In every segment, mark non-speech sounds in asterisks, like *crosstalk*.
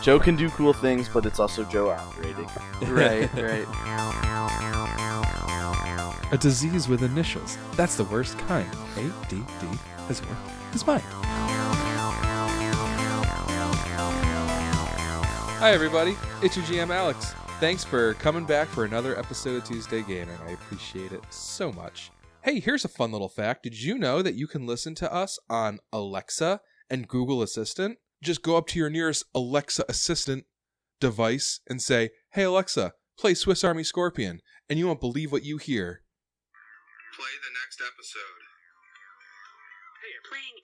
Joe can do cool things, but it's also Joe *laughs* outrated. Right, right. A disease with initials. That's the worst kind. ADD has worked his mind. Hi, everybody. It's your GM, Alex. Thanks for coming back for another episode of Tuesday Gaming. I appreciate it so much. Hey, here's a fun little fact. Did you know that you can listen to us on Alexa and Google Assistant? Just go up to your nearest Alexa Assistant device and say, Hey, Alexa, play Swiss Army Scorpion, and you won't believe what you hear. Play the next episode. Playing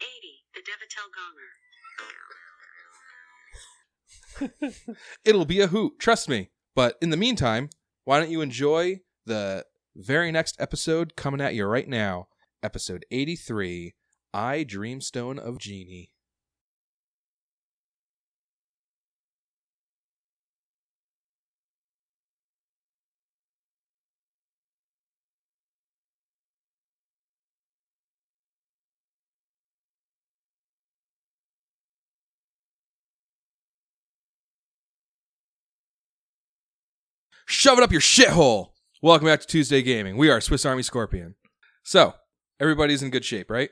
80, the Devitel Gonger. It'll be a hoot, trust me. But in the meantime, why don't you enjoy the very next episode coming at you right now? Episode 83 I Dreamstone of Genie. Shove it up your shithole! Welcome back to Tuesday Gaming. We are Swiss Army Scorpion. So, everybody's in good shape, right?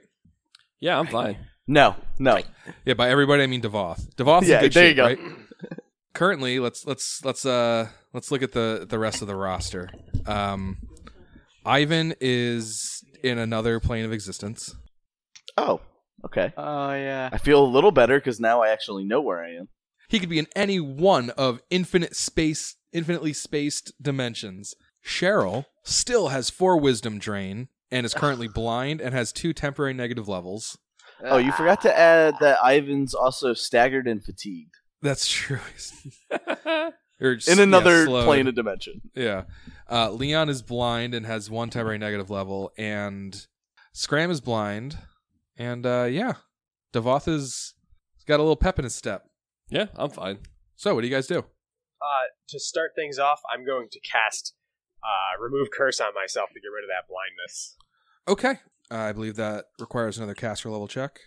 Yeah, I'm fine. No, no. Yeah, by everybody I mean Devoth. Devoth's Yeah, in good there you shape, go. right? Currently, let's let's let's uh let's look at the the rest of the roster. Um Ivan is in another plane of existence. Oh, okay. Oh yeah. I feel a little better because now I actually know where I am. He could be in any one of infinite space infinitely spaced dimensions. Cheryl still has four wisdom drain and is currently blind and has two temporary negative levels. Oh, Ah. you forgot to add that Ivan's also staggered and fatigued That's true. Or s- in yeah, another slowed. plane of dimension. Yeah. Uh, Leon is blind and has one temporary negative level, and Scram is blind, and uh, yeah, Devoth is he's got a little pep in his step. yeah, I'm fine. So, what do you guys do? uh, to start things off, I'm going to cast uh, remove curse on myself to get rid of that blindness. Okay, uh, I believe that requires another caster level check.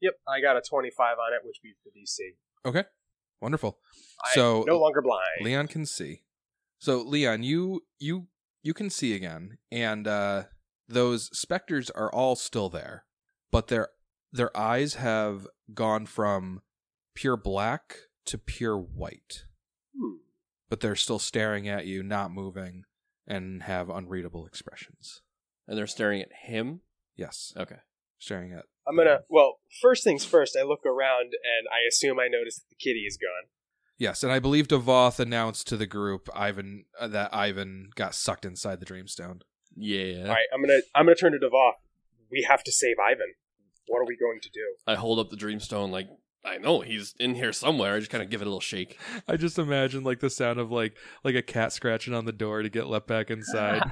Yep, I got a 25 on it, which beats the DC. Okay, wonderful. I So- am no longer blind. Leon can see. So, Leon, you you you can see again, and uh, those specters are all still there, but their their eyes have gone from pure black to pure white. Hmm. but they're still staring at you, not moving, and have unreadable expressions. And they're staring at him. Yes, Okay. staring at. I'm gonna. Well, first things first. I look around and I assume I notice that the kitty is gone. Yes, and I believe Devoth announced to the group Ivan uh, that Ivan got sucked inside the Dreamstone. Yeah. All right, I'm gonna. I'm gonna turn to Devoth. We have to save Ivan. What are we going to do? I hold up the dreamstone like I know he's in here somewhere. I just kind of give it a little shake. *laughs* I just imagine like the sound of like like a cat scratching on the door to get let *laughs* back inside.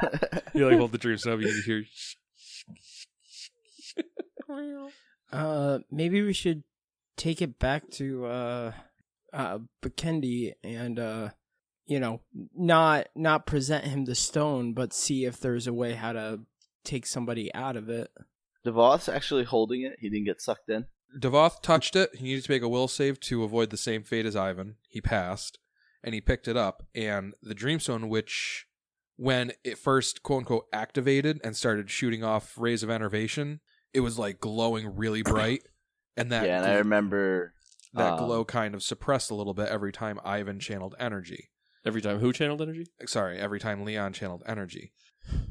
you like hold the Dreamstone, but you hear. *laughs* Uh, maybe we should take it back to uh, uh, Bakendi and uh, you know, not not present him the stone, but see if there's a way how to take somebody out of it. Devoth's actually holding it. He didn't get sucked in. Devoth touched it. He needed to make a will save to avoid the same fate as Ivan. He passed, and he picked it up. And the Dreamstone, which, when it first quote unquote activated and started shooting off rays of enervation, it was like glowing really bright. And that yeah, and I gl- remember that um, glow kind of suppressed a little bit every time Ivan channeled energy Every time who channeled energy? sorry, every time Leon channeled energy.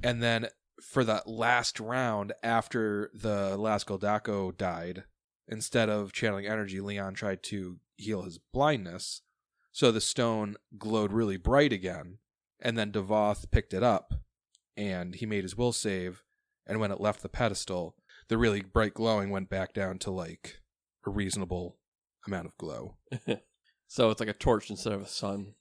And then for that last round after the last Goldaco died, instead of channeling energy, Leon tried to heal his blindness. So the stone glowed really bright again. And then Devoth picked it up and he made his will save. And when it left the pedestal, the really bright glowing went back down to like a reasonable amount of glow. So it's like a torch instead of a sun.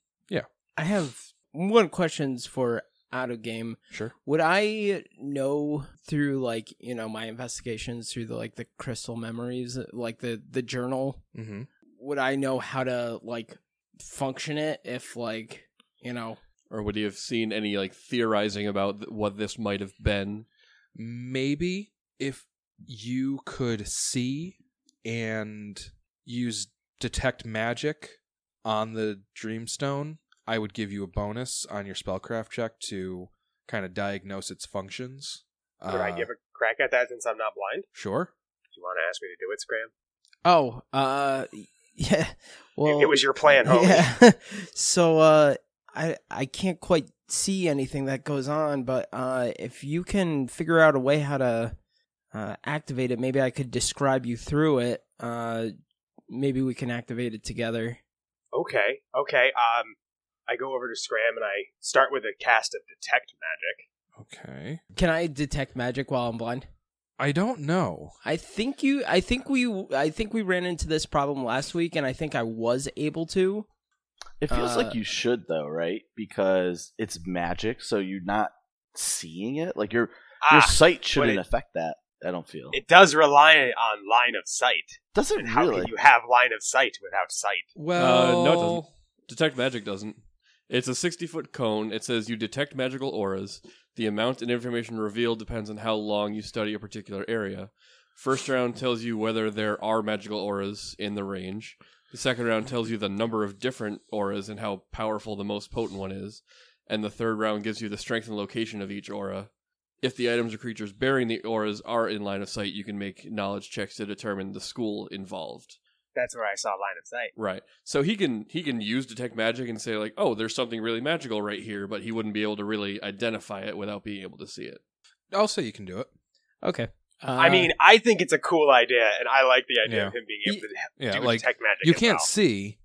I have one questions for out of game. Sure. Would I know through like you know my investigations through the like the crystal memories, like the the journal Mm-hmm. would I know how to like function it if like you know Or would you have seen any like theorizing about th- what this might have been? maybe if you could see and use detect magic on the Dreamstone, I would give you a bonus on your spellcraft check to kind of diagnose its functions. Would I Uh, give a crack at that since I'm not blind? Sure. Do you want to ask me to do it, Scram? Oh, uh, *laughs* yeah. Well, it was your plan, homie. Yeah. *laughs* so uh I I can't quite see anything that goes on, but uh if you can figure out a way how to uh activate it, maybe I could describe you through it. Uh maybe we can activate it together. Okay, okay. Um, I go over to Scram and I start with a cast of Detect Magic. Okay. Can I detect magic while I'm blind? I don't know. I think you I think we I think we ran into this problem last week and I think I was able to. It feels Uh, like you should though, right? Because it's magic, so you're not seeing it. Like your your Ah, sight shouldn't it- affect that. I don't feel. it does rely on line of sight. doesn't And how really. can you have line of sight without sight? Well, Uh, no, it doesn't. Detect magic doesn't. It's a 60 foot cone. It says you detect magical auras. The amount and information revealed depends on how long you study a particular area. First round tells you whether there are magical auras in the range. The second round tells you the number of different auras and how powerful the most potent one is. And the third round gives you the strength and location of each aura. If the items or creatures bearing the auras are in line of sight, you can make knowledge checks to determine the school involved. That's where I saw line of sight. Right. So he can he can use detect magic and say like, "Oh, there's something really magical right here," but he wouldn't be able to really identify it without being able to see it. I'll say you can do it. Okay. Uh, I mean, I think it's a cool idea, and I like the idea of him being able to Yeah, do like detect magic. you as can't well. see.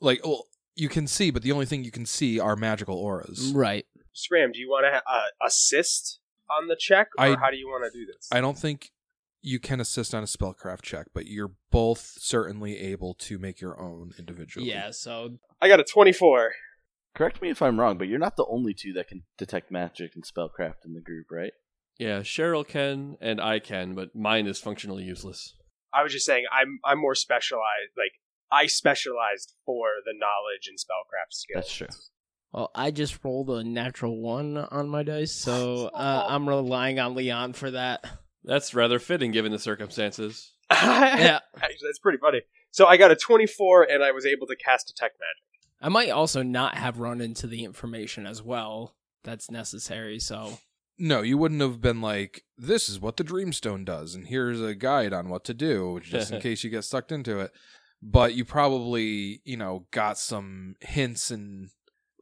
Like, well, you can see, but the only thing you can see are magical auras. Uh, right. Scram, do you want to uh, assist on the check, or I- how do you want to do this? I don't think you can assist on a spellcraft check, but you're both certainly able to make your own individually. Yeah, so I got a 24. Correct me if I'm wrong, but you're not the only two that can detect magic and spellcraft in the group, right? Yeah, Cheryl can and I can, but mine is functionally useless. I was just saying, I'm I'm more specialized. Like I specialized for the knowledge and spellcraft skills. That's true. *laughs* Well, I just rolled a natural one on my dice, so uh, I'm relying on Leon for that. *laughs* That's rather fitting given the circumstances. Yeah, Actually, that's pretty funny. So I got a 24, and I was able to cast detect magic. I might also not have run into the information as well that's necessary. So *laughs* No, you wouldn't have been like, this is what the Dreamstone does, and here's a guide on what to do, just in case you get sucked into it. But you probably, you know, got some hints and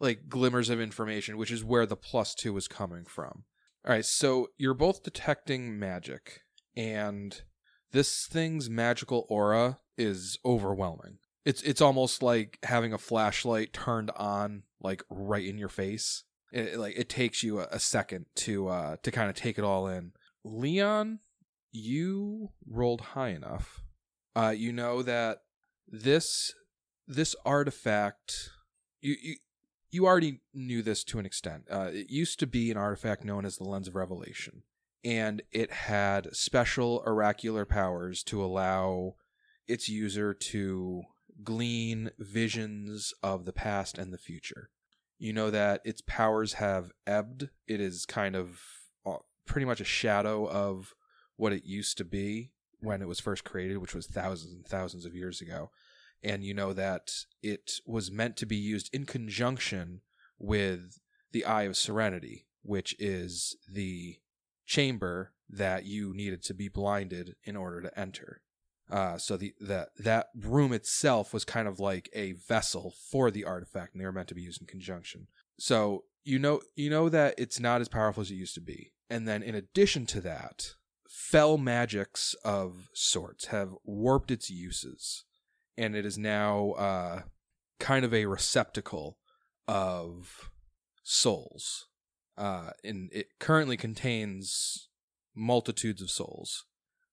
like glimmers of information, which is where the plus two is coming from. All right, so you're both detecting magic, and this thing's magical aura is overwhelming. It's it's almost like having a flashlight turned on, like right in your face it, it, like it takes you a, a second to uh to kind of take it all in leon you rolled high enough uh you know that this this artifact you you you already knew this to an extent. Uh, it used to be an artifact known as the Lens of Revelation, and it had special oracular powers to allow its user to glean visions of the past and the future. You know that its powers have ebbed. It is kind of uh, pretty much a shadow of what it used to be when it was first created, which was thousands and thousands of years ago. And you know that it was meant to be used in conjunction with the Eye of Serenity, which is the chamber that you needed to be blinded in order to enter. Uh, so the that that room itself was kind of like a vessel for the artifact, and they were meant to be used in conjunction. So you know you know that it's not as powerful as it used to be. And then in addition to that, fell magics of sorts have warped its uses, and it is now uh, kind of a receptacle of souls. Uh, and it currently contains multitudes of souls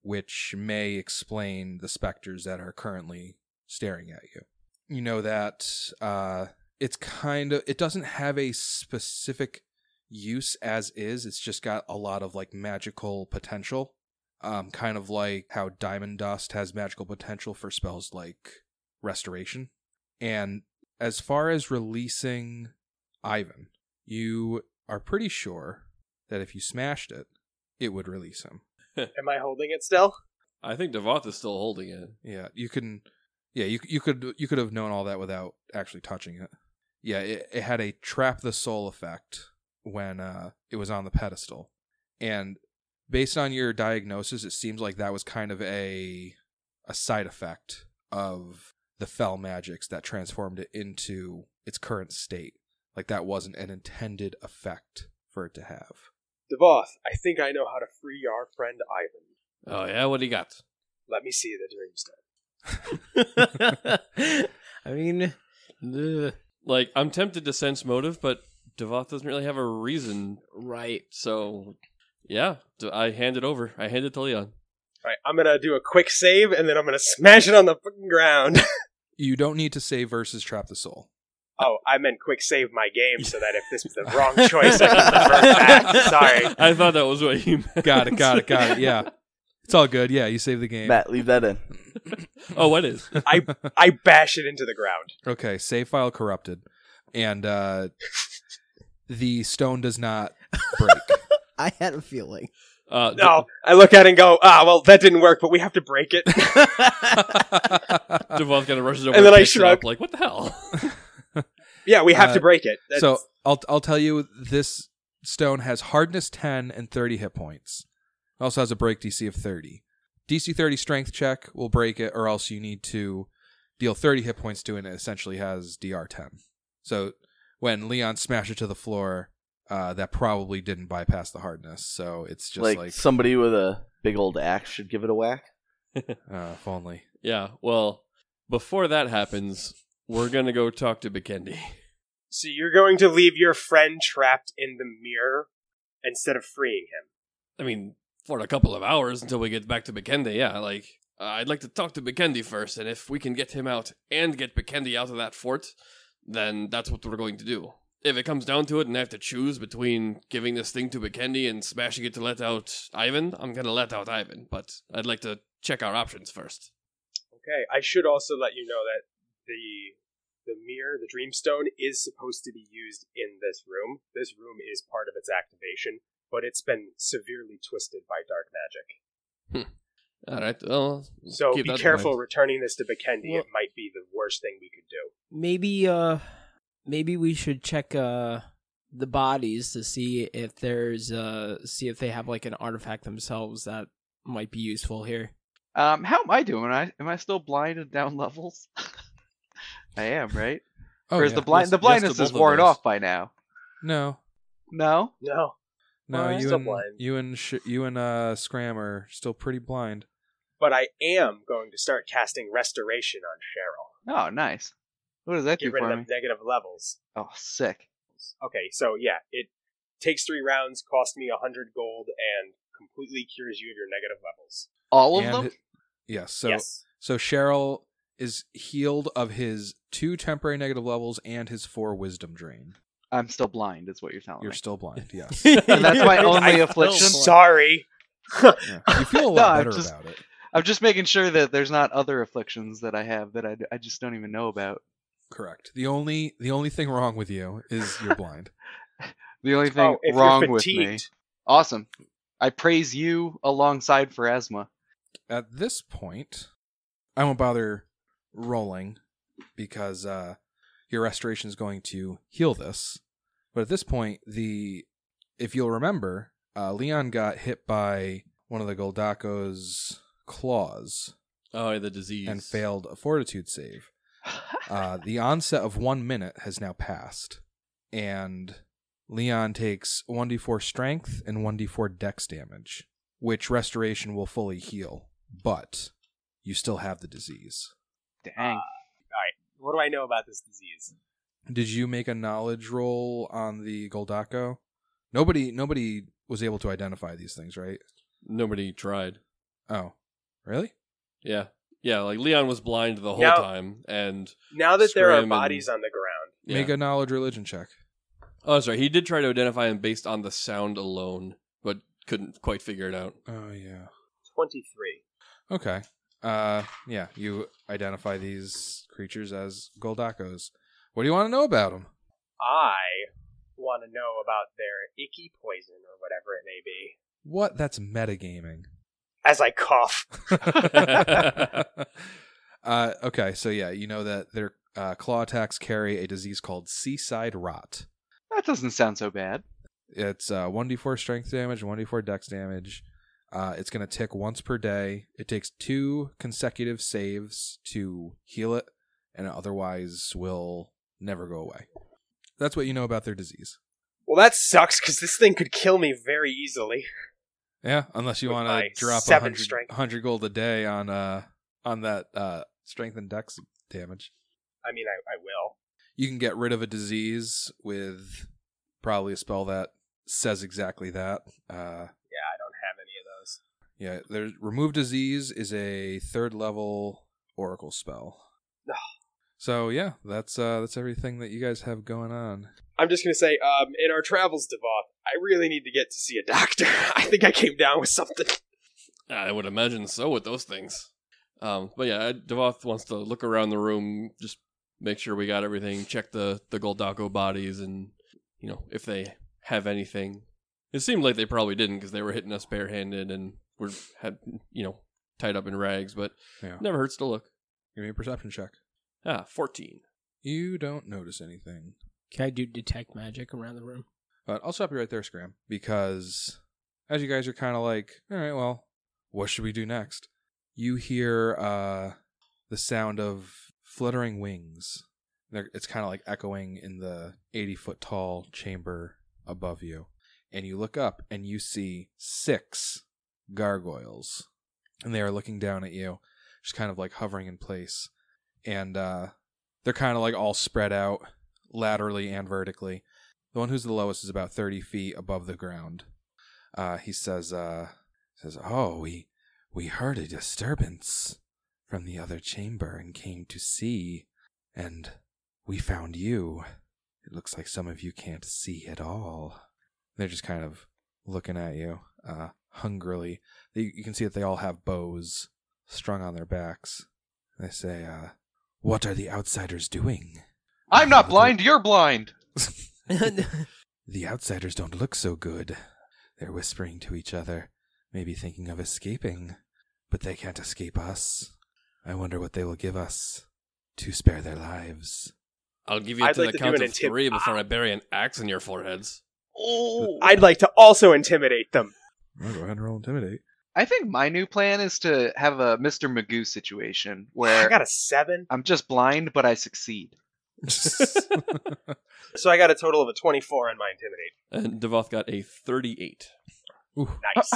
which may explain the specters that are currently staring at you. You know that uh, it's kind of it doesn't have a specific use as is. It's just got a lot of like magical potential, um, kind of like how diamond dust has magical potential for spells like restoration. And as far as releasing Ivan, you are pretty sure that if you smashed it, it would release him. Am I holding it still? I think Devoth is still holding it. Yeah, you can Yeah, you you could you could have known all that without actually touching it. Yeah, it, it had a trap the soul effect when uh, it was on the pedestal, and based on your diagnosis, it seems like that was kind of a a side effect of the fell magics that transformed it into its current state. Like that wasn't an intended effect for it to have. Devoth, I think I know how to free our friend Ivan. Oh yeah, what do you got? Let me see the dream stone. I mean, ugh, Like I'm tempted to sense motive, but Devoth doesn't really have a reason. right. So yeah, d- I hand it over. I hand it to Leon. All right, I'm gonna do a quick save and then I'm gonna *laughs* smash it on the fucking ground. *laughs* You don't need to save versus trap the soul. oh, I meant quick save my game so that if this was the wrong choice, I could *laughs* revert back. *laughs* Sorry. *laughs* I thought that was what you meant. Got it, got it, got it. Yeah. It's all good. Yeah, you save the game. Matt, leave that in. oh, *laughs* what is? I bash it into the ground. Okay, save file corrupted. And uh the stone does not break. I had a feeling. Uh, No, I look at it and go, ah, well, that didn't work, but we have to break it. *laughs* D- Devoth kind of rushes over And and, then I picks it shrug. up, like what the hell? *laughs* yeah, we have Uh, to break it. That's- so I'll I'll tell you this stone has hardness ten and thirty hit points. It also has a break DC of thirty. DC thirty strength check will break it, or else you need to deal thirty hit points to it. And it essentially has DR ten. So when Leon smashed it to the floor, uh, that probably didn't bypass the hardness. So it's just Like, like, somebody with a big old axe should give it a whack. uh, if only. yeah. Well, before that happens, we're gonna go talk to Bikendi. so you're going to leave your friend trapped in the mirror instead of freeing him. I mean, for a couple of hours until we get back to Bikendi. Yeah, like uh, I'd like to talk to Bikendi first, and if we can get him out and get Bikendi out of that fort, then that's what we're going to do. If it comes down to it, and I have to choose between giving this thing to Bikendi and smashing it to let out Ivan, I'm gonna let out Ivan. But I'd like to check our options first. Okay, I should also let you know that the the mirror, the dreamstone, is supposed to be used in this room. This room is part of its activation, but it's been severely twisted by dark magic. All right. Well, So keep be that in careful mind. returning this to Bikendi. Well- it might be the worst thing we could do. Maybe, uh, maybe we should check uh the bodies to see if there's uh see if they have like an artifact themselves that might be useful here. Um, how am I doing? I am I still blind and down levels? *laughs* I am, right? Oh, Whereas yeah. the blind Yes- the yes to blindness both is of worn those. off by now. no, No, No, no, Well, I'm you still and blind. you and sh- you and uh, Scram are still pretty blind. but I am going to start casting restoration on Cheryl. oh nice. What does that Get do rid for of me? the negative levels. Oh, sick. Okay, so yeah, it takes three rounds, cost me a hundred gold, and completely cures you of your negative levels. All of And them. it- Yes. So yes. So Cheryl is healed of his two temporary negative levels and his four wisdom drain. I'm still blind. Is what you're Oh, telling You're me. still *laughs* blind. Yes. *laughs* And that's my only I'm *laughs* affliction. Sorry. Yeah. You feel a No, lot I'm better just- about it. I'm just making sure that there's not other afflictions that I have that I, I just don't even know about. Correct. The only the only thing wrong with you is you're blind. The only thing Oh, if wrong you're with me. fatigued, Awesome. I praise you alongside for asthma. *sighs* At this point, I won't bother rolling because uh, your restoration is going to heal this. But at this point, the if you'll remember, uh, Leon got hit by one of the Goldako's claws Oh, the disease and failed a fortitude save. Uh, the onset of one minute has now passed, and Leon takes 1d4 strength and 1d4 dex damage, which restoration will fully heal, but you still have the disease. Ah. Dang. What do I know about this disease? Did you make a knowledge roll on the Goldako? Nobody, nobody was able to identify these things, right? Nobody tried. Oh, really? Yeah, yeah. Like Leon was blind the whole Now- time, and Now that there are Scram and- bodies on the ground, yeah. Make a knowledge religion check. Oh, sorry. He did try to identify him based on the sound alone, but couldn't quite figure it out. Oh yeah. 23. Okay. Uh, yeah, you identify these creatures as Goldakos. What do you want to know about them? I want to know about their icky poison or whatever it may be. What? That's metagaming. As I cough. *laughs* Uh, okay, so yeah, you know that their uh, claw attacks carry a disease called Seaside Rot. That doesn't sound so bad. It's uh, 1d4 strength damage, 1d4 dex damage. Uh, it's going to tick once per day. It takes two consecutive saves to heal it, and it otherwise will never go away. That's what you know about their disease. Well, that sucks because this thing could kill me very easily. Yeah, unless you With want my to drop a seven 100, strength. 100 gold a day on uh on that uh strength and dex damage. I mean, I, I will. You can get rid of a disease with probably a spell that says exactly that. Uh Yeah, I don't have any of those. yeah, there's remove disease is a third level oracle spell. Ugh. So yeah, that's uh that's everything that you guys have going on. I'm just gonna say, um, in our travels, Devoth, I really need to get to see a doctor. *laughs* I think I came down with something. Ah, I would imagine so with those things. Um, but yeah, I- Devoth wants to look around the room, just make sure we got everything, check the the Goldaco bodies, and you know if they have anything. It seemed like they probably didn't because they were hitting us barehanded and were had you know tied up in rags. But Yeah. never hurts to look. Give me a perception check. Ah, fourteen. You don't notice anything. Can I do detect magic around the room? But I'll stop you right there, Scram, because as you guys are kind of like, all right, well, what should we do next? You hear uh, the sound of fluttering wings. They're, it's kind of like echoing in the 80 foot tall chamber above you. And you look up and you see six gargoyles. And they are looking down at you, just kind of like hovering in place. And uh, they're kind of like all spread out laterally and vertically. The one who's the lowest is about thirty feet above the ground. Uh, he says, uh, "says Oh, we we heard a disturbance from the other chamber and came to see, and we found you. It looks like some of you can't see at all. They're just kind of looking at you uh, hungrily. They, you can see that they all have bows strung on their backs. They say, uh, "What are the outsiders doing?" I'm not blind. You're blind. *laughs* The outsiders don't look so good. They're whispering to each other, maybe thinking of escaping. But they can't escape us. I wonder what they will give us to spare their lives. I'll give you I'd to like the to do count an Ah. of intim- three before I bury an axe in your *laughs* foreheads. Oh. I'd like to also intimidate them. Well, go ahead and roll intimidate. I think my new plan is to have a Mr. Magoo *sighs* situation I where got a seven, I'm just blind, but I succeed. so I got a total of a twenty-four on my intimidate. And Devoth got a *laughs* thirty-eight. *laughs* Nice.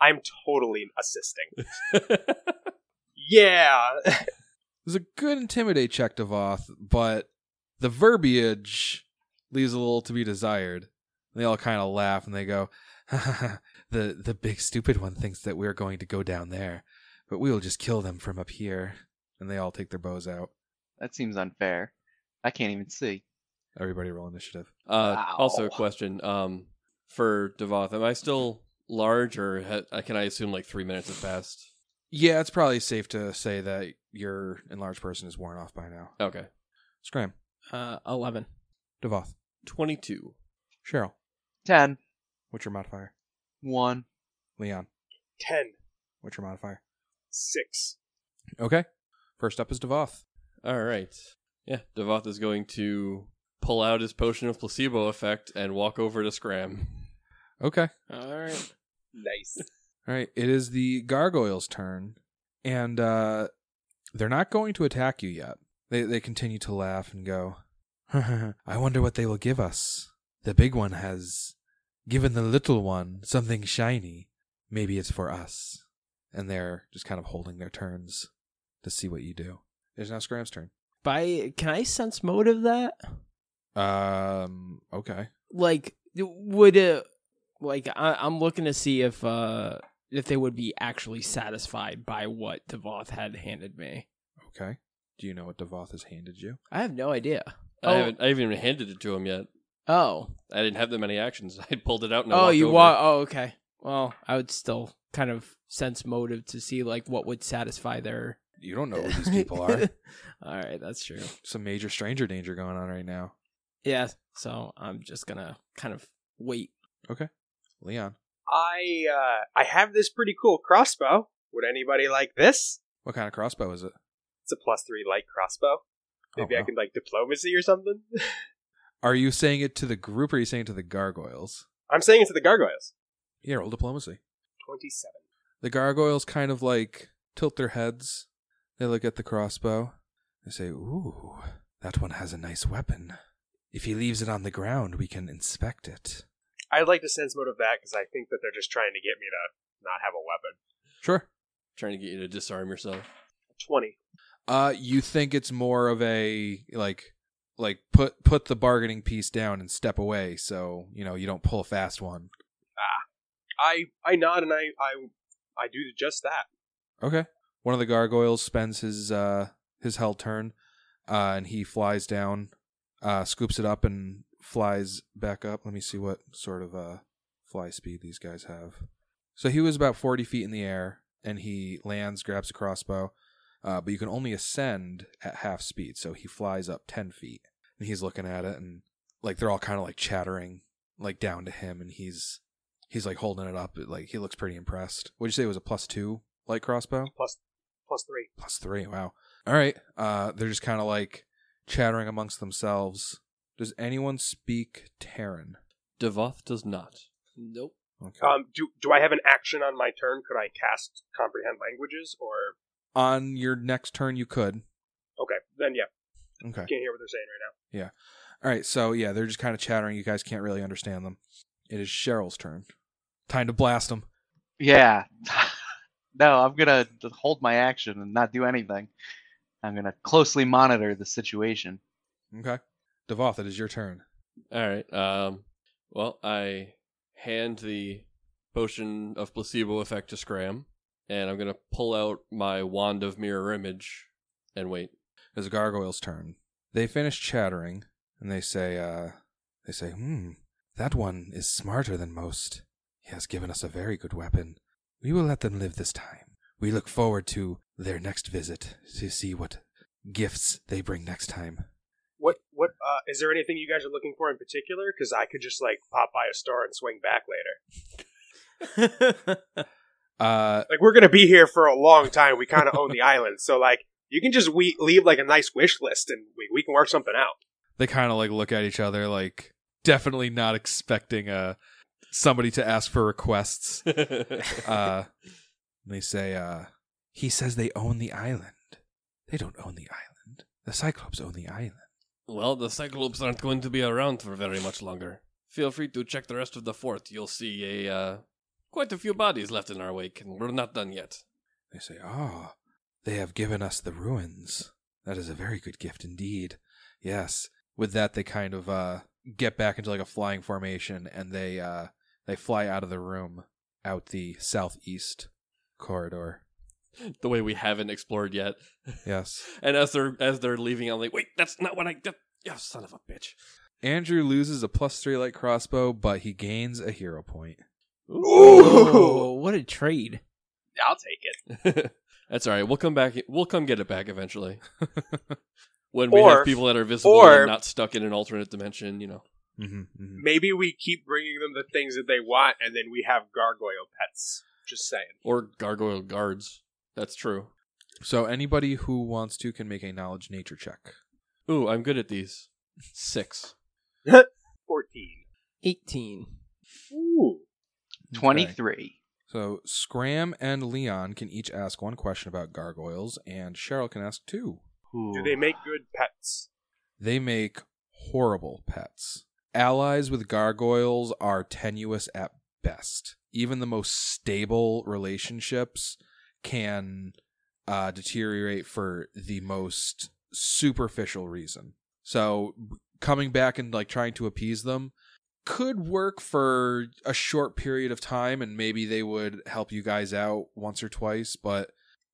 I'm totally assisting. Yeah, There's a good intimidate check, Devoth, but the verbiage leaves a little to be desired. They all kind of laugh and they go, *laughs* "The the big stupid one thinks that we're going to go down there, but we will just kill them from up here." And they all take their bows out. That seems unfair. I can't even see. Everybody roll initiative. Uh, Wow. Also, a question um, for Devoth: Am I still large, or ha- uh, can I assume like three minutes have passed? Yeah, it's probably safe to say that your enlarged person is worn off by now. Okay, Scram, Uh, eleven. Devoth, twenty-two. Cheryl. Ten. What's your modifier? One. Leon. ten, What's your modifier? six. Okay. First up is Devoth. All right. Yeah, Devoth is going to pull out his potion of placebo effect and walk over to Scram. Okay. All right. Nice. All right, it is the gargoyles' turn, and uh, they're not going to attack you yet. They they continue to laugh and go, *laughs* "I wonder what they will give us." The big one has given the little one something shiny. Maybe it's for us. And they're just kind of holding their turns to see what you do. It's now Scram's turn. By can I sense motive that? Um. Okay. Like, would it? Like, I, I'm looking to see if uh if they would be actually satisfied by what Devoth had handed me. Okay. Do you know what Devoth has handed you? I have no idea. I Oh. haven't, I haven't even handed it to him yet. Oh, I didn't have that many actions. *laughs* I pulled it out. And I oh, walked you over. want? Oh, okay. Well, I would still kind of sense motive to see like what would satisfy their. You don't know who *laughs* these people are. All right, that's true. Some major stranger danger going on right now. Yeah, so I'm just gonna kind of wait. Leon. I uh, I have this pretty cool crossbow. Would anybody like this? What kind of crossbow is it? It's a plus three light crossbow. Maybe I wow. can like diplomacy or something. *laughs* Are you saying it to the group or are you saying it to the gargoyles? I'm saying it to the gargoyles. Yeah, roll diplomacy. Twenty-seven. The gargoyles kind of like tilt their heads. They look at the crossbow. They say, Ooh, that one has a nice weapon. If he leaves it on the ground, we can inspect it. I'd like to sense motive that because I think that they're just trying to get me to not have a weapon. Sure. Trying to get you to disarm yourself. Twenty. Uh, you think it's more of a like, like put put the bargaining piece down and step away, so you know you don't pull a fast one. I I nod and I I I do just that. Okay. One of the gargoyles spends his uh his hell turn, uh, and he flies down, uh, scoops it up and flies back up. Let me see what sort of uh fly speed these guys have. So he was about forty feet in the air, and he lands, grabs a crossbow, uh, but you can only ascend at half speed, so he flies up ten feet, and he's looking at it, and like they're all kind of like chattering like down to him, and he's he's like holding it up, like he looks pretty impressed. Would you say it was a plus two light crossbow? Plus plus three. plus three. Wow. All right. Uh, they're just kind of like chattering amongst themselves. Does anyone speak Terran? Devoth does not. Nope. *laughs* Okay. Um, do do I have an action on my turn? Could I cast comprehend languages or On your next turn, you could. okay? Then yeah, Okay. can't hear what they're saying right now. All right. So yeah, they're just kind of chattering. You guys can't really understand them. It is Cheryl's turn. Time to blast them. Yeah. *laughs* no, I'm gonna d- hold my action and not do anything. I'm gonna closely monitor the situation. Okay. Devoth, it is your turn. All right. Um, well, I hand the potion of placebo effect to Scram, and I'm gonna pull out my wand of mirror image and wait. It is Gargoyle's turn. They finish chattering and they say, uh, they say, hmm, that one is smarter than most. He has given us a very good weapon. We will let them live this time. We look forward to their next visit to see what gifts they bring next time. What what uh, is there anything you guys are looking for in particular? Because I could just like pop by a store and swing back later. Uh, Like we're gonna be here for a long time. We kind of own the island, so like you can just we- leave like a nice wish list and we we can work something out. they kind of like look at each other, like definitely not expecting, uh, somebody to ask for requests. uh, they say, uh, he says they own the island. They don't own the island. The Cyclops own the island. *laughs* well, the Cyclops aren't going to be around for very much longer. Feel free to check the rest of the fort. You'll see a uh, quite a few bodies left in our wake, and we're not done yet. *laughs* They say, ah, they have given us the ruins. That is a very good gift indeed. Yes. With that, they kind of uh, get back into like a flying formation, and they uh, they fly out of the room, out the southeast corridor. The way we haven't explored yet. Yes. And as they're as they're leaving, I'm like, wait, that's not what I. That, yeah, son of a bitch. Andrew loses a plus three light crossbow, but he gains a hero point. Ooh, what a trade. *laughs* I'll take it. *laughs* That's all right. We'll come back. We'll come get it back *laughs* eventually. when we Or- have people that are visible or- and not stuck in an alternate dimension, you know. Mm-hmm, mm-hmm. Maybe we keep bringing them the things that they want, and then we have gargoyle pets. Just saying. Or gargoyle guards. That's true. So anybody who wants to can make a knowledge nature check. Ooh, I'm good at these. Six. Fourteen. 18. Ooh. Twenty-three. So Scram and Leon can each ask one question about gargoyles, and Cheryl can ask two. Do they make good pets? They make horrible pets. Allies with gargoyles are tenuous at best. Even the most stable relationships can uh, deteriorate for the most superficial reason. So coming back and like trying to appease them could work for a short period of time, and maybe they would help you guys out once or twice. But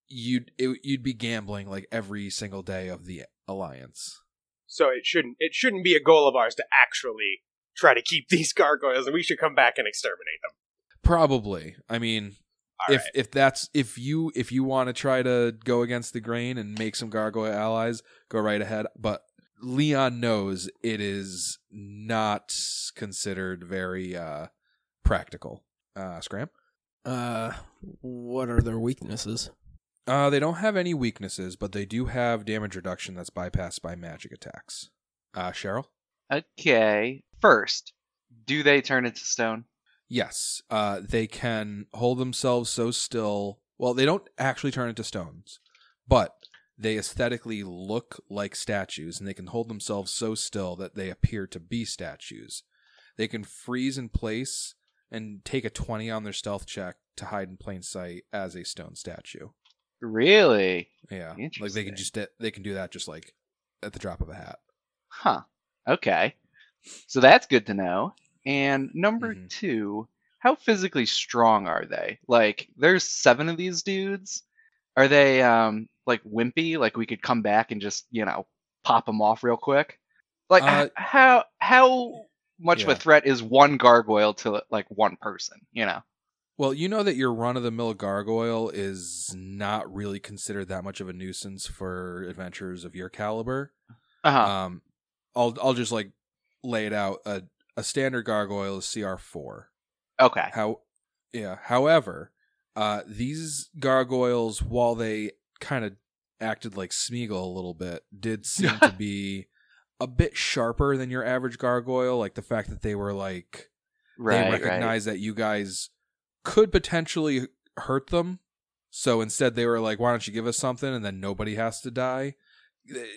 you'd it, you'd be gambling like every single day of the alliance. So it shouldn't it shouldn't be a goal of ours to actually try to keep *laughs* these gargoyles, and we should come back and exterminate them. Probably. I mean, All if if that's if you if you want to try to go against the grain and make some gargoyle allies, go right ahead. But Leon knows it is not considered very uh practical. Uh Scram. Uh, what are their weaknesses? Uh, they don't have any weaknesses, but they do have damage reduction that's bypassed by magic attacks. Uh, Cheryl? Okay. First, do they turn into stone? Yes. Uh, they can hold themselves so still. Well, they don't actually turn into stones, but they aesthetically look like statues, and they can hold themselves so still that they appear to be statues. They can freeze in place and take a 20 on their stealth check to hide in plain sight as a stone statue. Really? Yeah. Like they Interesting. can just they can do that just like at the drop of a hat. Huh. Okay. So that's good to know. And number Mhm. two, how physically strong are they? Like, there's seven of these dudes. Are they um like wimpy? Like we could come back and just you know pop them off real quick. Like Uh, h- how how much of yeah. a threat is one gargoyle to like one person? You know. Well, you know that your run of the mill gargoyle is not really considered that much of a nuisance for adventurers of your caliber. Uh-huh. Um, I'll I'll just like lay it out. A a standard gargoyle is CR four. Okay. How, yeah. However, uh, these gargoyles, while they kind of acted like Smeagol a little bit, did seem to be a bit sharper than your average gargoyle. Like the fact that they were like they Right. Right. recognize that you guys could potentially hurt them. So instead, they were like, "Why don't you give us something?" And then nobody has to die.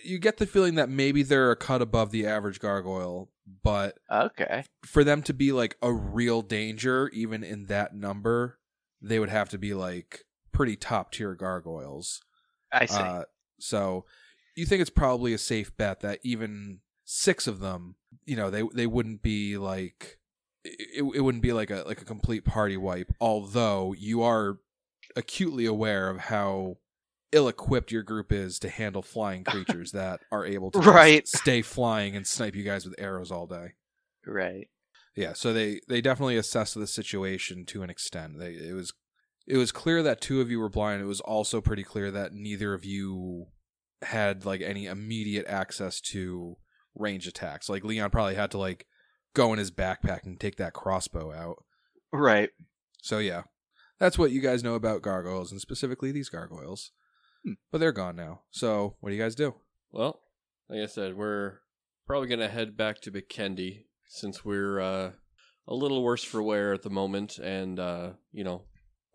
You get the feeling that maybe they're a cut above the average gargoyle, but Okay. for them to be like a real danger, even in that number, they would have to be like pretty top tier gargoyles. I see. Uh, so you think it's probably a safe bet that even six of them, you know, they they wouldn't be like it, it wouldn't be like a like a complete party wipe. Although you are acutely aware of how ill-equipped your group is to handle *laughs* flying creatures that are able to just Right. stay flying and snipe you guys with arrows all day. right. Yeah, so they they definitely assessed the situation to an extent. They it was it was clear that two of you were blind. It was also pretty clear that neither of you had like any immediate access to range attacks. Like Leon probably had to like go in his backpack and take that crossbow out. Right. So yeah. That's what you guys know about gargoyles and specifically these gargoyles. Hmm. But they're gone now. So what do you guys do? Well, like I said, we're probably gonna head back to Bikendi since we're uh, a little worse for wear at the moment, and uh, you know,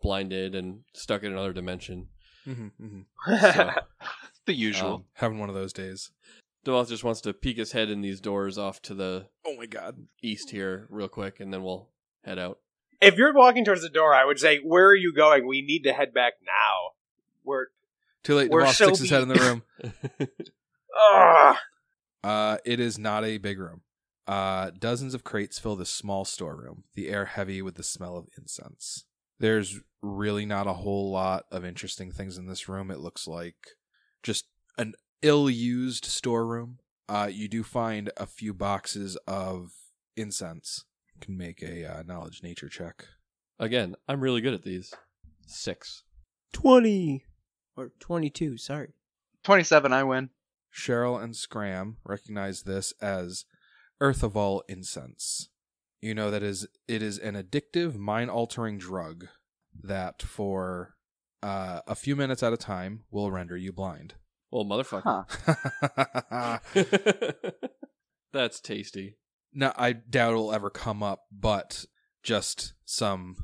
blinded and stuck in another dimension. Mm-hmm, mm-hmm. So, The usual. um, Having one of those days. Devoth just wants to peek his head in these doors off to the Oh my god. east here, real quick, and then we'll head out. *laughs* If you're walking towards the door, I would say, "Where are you going? We need to head back now." We're Too late. We're DeVos so sticks his head in the beat. room. Ugh. Uh, it is not a big room. Uh, dozens of crates fill this small storeroom, the air heavy with the smell of incense. There's really not a whole lot of interesting things in this room. It looks like just an ill used storeroom. Uh, you do find a few boxes of incense. You can make a uh, knowledge nature check. Again, I'm really good at these. Six. 20 or 22, sorry. 27, I win. Cheryl and Scram recognize this as Earth of All Incense. You know that is it is an addictive, mind altering drug that for uh, a few minutes at a time will render you blind. *laughs* Well, motherfucker. Huh. Ah. *laughs* That's tasty. no, I doubt it'll ever come up, but just some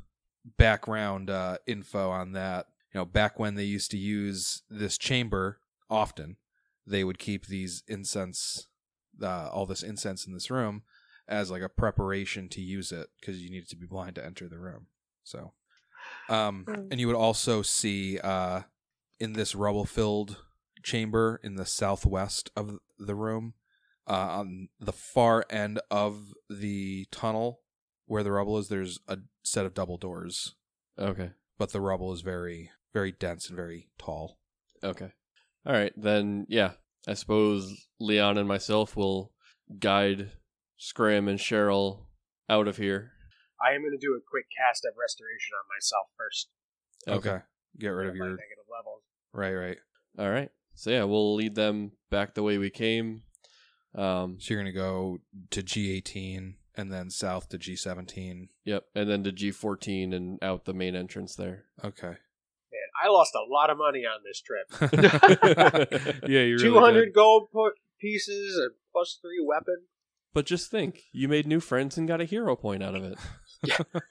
background uh, info on that. You know, back when they used to use this chamber often, they would keep these incense, uh, all this incense in this room, as like a preparation to use it because you needed to be blind to enter the room. So, um, and you would also see uh, in this rubble-filled chamber in the southwest of the room uh, on the far end of the tunnel where the rubble is there's a set of double doors Okay. but the rubble is very very dense and very tall Okay. All right, then yeah, I suppose Leon and myself will guide Scram and Cheryl out of here. I am going to do a quick cast of restoration on myself first. get rid of Get my your negative levels. right right All right. So yeah, we'll lead them back the way we came. Um so you're gonna go to g18 and then south to g17 *laughs* yep, and then to G14 and out the main entrance there. okay Man, I I lost a lot of money on this trip. yeah, you Two *laughs* hundred gold pu- pieces and plus three weapon. But just think, you made new friends and got a hero point out of it.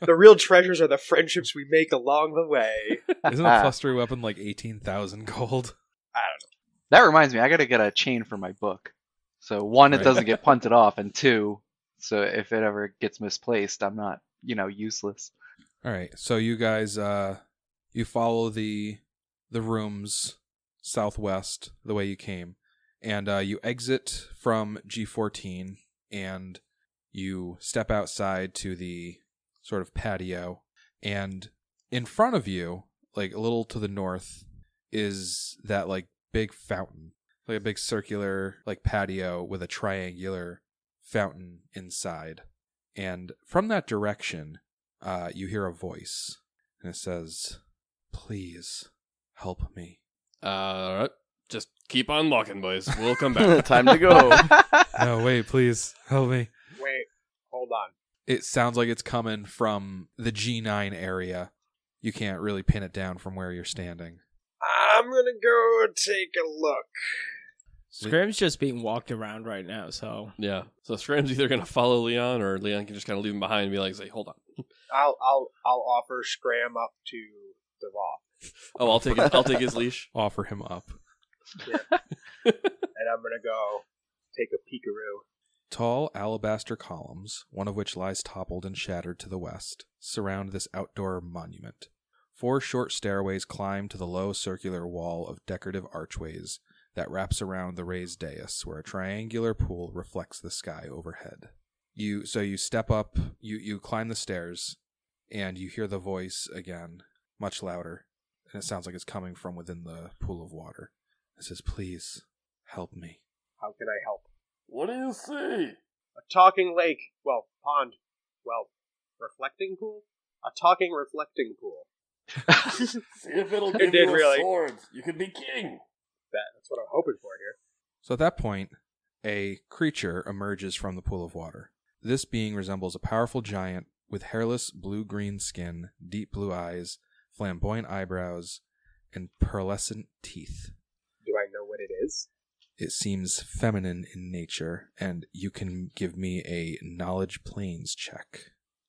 The real treasures are the friendships we make along the *laughs* way. *laughs* Isn't a plus three weapon like eighteen thousand gold? That reminds me, I gotta get a chain for my book. So one, it Right. doesn't get *laughs* punted off, and two, so if it ever gets misplaced, I'm not, you *laughs* know, useless. All right. So you guys, uh, you follow the the rooms southwest the way you came, and uh, you exit from G14, and you step outside to the sort of patio, and in front of you, like a little to the north, is that like big fountain, like a big circular like patio with a triangular fountain inside, and from that direction uh, you hear a voice, and it says, "Please help me." all right. Uh, Just keep on walking, boys. We'll *laughs* come back. *laughs* Time to go. no, wait, please help me. Wait, hold on. It sounds like it's coming from the G9 area. You can't really pin it down from where you're standing. I'm gonna go take a look. Scrim's just being walked around right now, so yeah. So Scram's either going to follow Leon or Leon can just kind of leave him behind and be like, say, hold on. I'll I'll I'll offer Scram up to *laughs* Devon, Oh, I'll take his, I'll take his leash. Offer him up. and I'm gonna go take a peekaroo. Tall alabaster columns, one of which lies toppled and shattered to the west, surround this outdoor monument. Four short stairways climb to the low circular wall of decorative archways that wraps around the raised dais where a triangular pool reflects the sky overhead. You so you step up, you you climb the stairs and you hear the voice again, much louder, and it sounds like it's coming from within the pool of water. It says, "Please help me." How can I help? *laughs* What do you see? A talking lake. Well, pond. Well, reflecting pool. A talking reflecting pool. See if it'll give did, you a really. sword. You could be king. That, that's what I'm hoping for here. So at that point, a creature emerges from the pool of water. This being resembles a powerful giant with hairless blue green skin, deep blue eyes, flamboyant eyebrows, and pearlescent teeth. Do I know what it is? It seems feminine in nature, and you can give me a knowledge planes check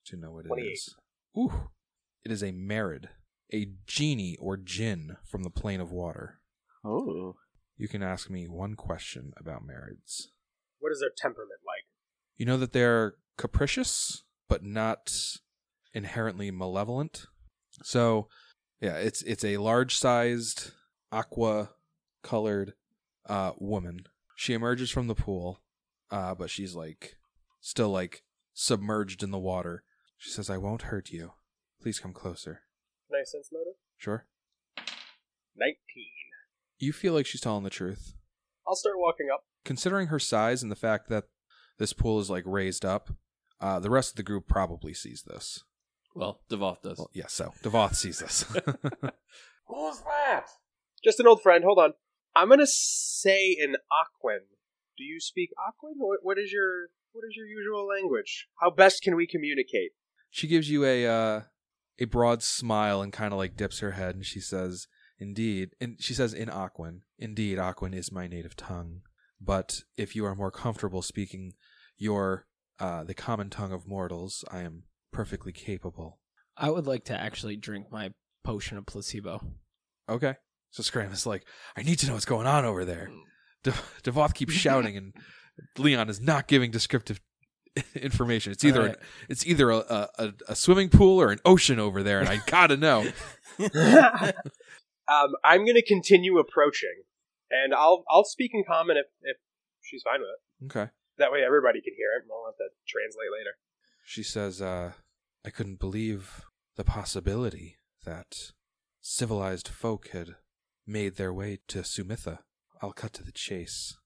to know what it 28. is. Ooh. It is a Merid, a genie or jinn from the plane of water. *laughs* Oh, You can ask me one question about Merids. What is their temperament like? You know that they're capricious, but not inherently malevolent. So, yeah, it's it's a large-sized aqua-colored uh, woman. She emerges from the pool, uh, but she's like still like submerged in the water. She says, "I won't hurt you. Please come closer." Can I sense motive? Sure. 19. You feel like she's telling the truth. I'll start walking up. considering her size and the fact that this pool is like raised up, uh, the rest of the group probably sees this. Well, Devoth does. Well, yeah, so Devoth sees this. *laughs* *laughs* Who's that? Just an old friend. Hold on. I'm gonna say in Aquan. Do you speak Aquan? What, what is your what is your usual language? How best can we communicate? *laughs* she gives you a uh, a broad smile and kind of like dips her head and she says, "Indeed," and she says in Aquan, "Indeed, Aquan is my native tongue, but if you are more comfortable speaking your uh, the common tongue of mortals, I am perfectly capable." I would like to actually drink my potion of placebo. Okay. So Scram is like, I need to know what's going on over there. De- Devoth keeps shouting, and Leon is not giving descriptive *laughs* information. It's either an, Alright. it's either a, a, a- a swimming pool or an ocean over there, and I gotta know. um, I'm gonna continue approaching, and I'll I'll speak in common if, if she's fine with it. okay. That way everybody can hear it. and I'll have to translate later. She says, uh, I couldn't believe the possibility that civilized folk had made their way to Sumitha. I'll cut to the chase.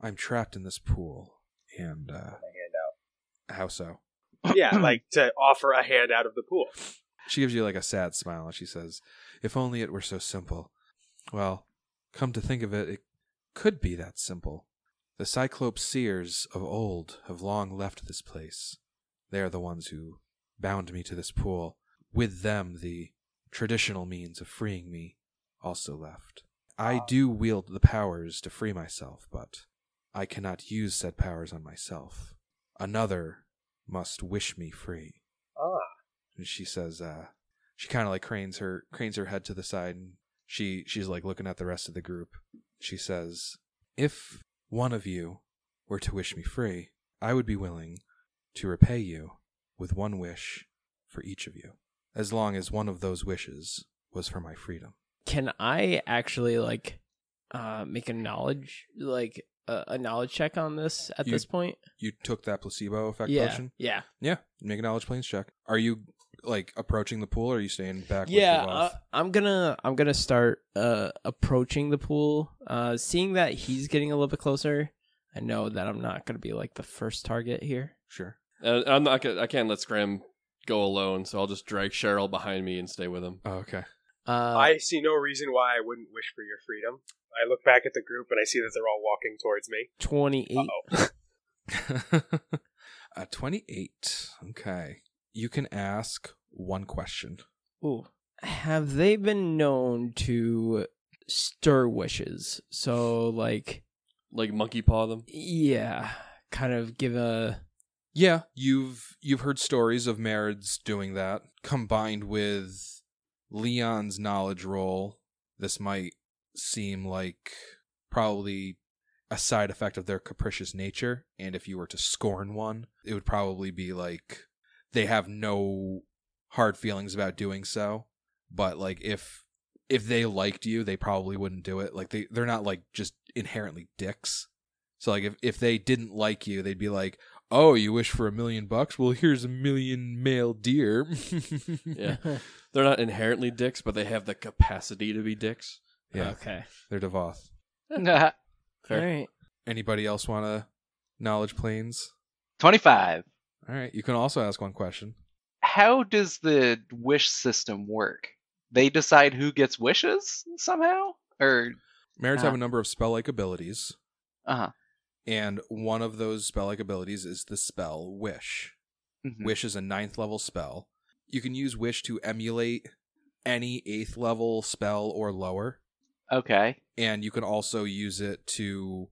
I'm trapped in this pool, and uh, My hand out. how so? Yeah, like to offer a hand out of the pool. She gives you like a sad smile and she says, If only it were so simple. Well, come to think of it, it could be that simple. The Cyclope seers of old have long left this place. They are the ones who bound me to this pool. With them, the traditional means of freeing me also left. I do wield the powers to free myself, but I cannot use said powers on myself. Another must wish me free. Ah, And she says, uh, she kind of like cranes her cranes her head to the side, and she she's like looking at the rest of the group. She says, "If one of you were to wish me free, I would be willing to repay you with one wish for each of you, as long as one of those wishes was for my freedom." Can I actually like uh make a knowledge like a, a knowledge check on this at You- this point? You took that placebo effect yeah. potion. Yeah. Yeah, make a knowledge planes check. Are you like approaching the pool? or Are you staying back? yeah with the uh, wealth? i'm gonna i'm gonna start uh approaching the pool uh seeing that he's getting a little bit closer i know that i'm not gonna be like the first target here sure. And I'm not. gonna- I can't let Scram go alone, so I'll just drag Cheryl behind me and stay with him. Oh, okay. uh I see no reason why I wouldn't wish for your freedom. I look back at the group and I see that they're all walking towards me. 28 Uh-oh. *laughs* uh, Twenty-eight. Okay. You can ask one question. Ooh. have they been known to stir wishes so like Like monkey paw them. yeah kind of give a Yeah, you've you've heard stories of Marids doing that, combined with Leon's knowledge role. This might seem like probably a side effect of their capricious nature, and if you were to scorn one, it would probably be like they have no hard feelings about doing so. But like if if they liked you, they probably wouldn't do it. Like they they're not like just inherently dicks. So like if if they didn't like you, they'd be like, "Oh, you wish for a million bucks? Well, here's a million male deer." *laughs* *laughs* Yeah. They're not inherently dicks, but they have the capacity to be dicks. Yeah, okay they're Devoth. all Fair. right Anybody else want to knowledge planes? 25. All right, you can also ask one question. How does the wish system work? They decide who gets wishes somehow? Or, Merits Ah. have a number of spell-like abilities, uh huh. and one of those spell-like abilities is the spell Wish. Hmm. Mm-hmm. Wish is a ninth level spell. You can use Wish to emulate any eighth level spell or lower, Okay. and you can also use it to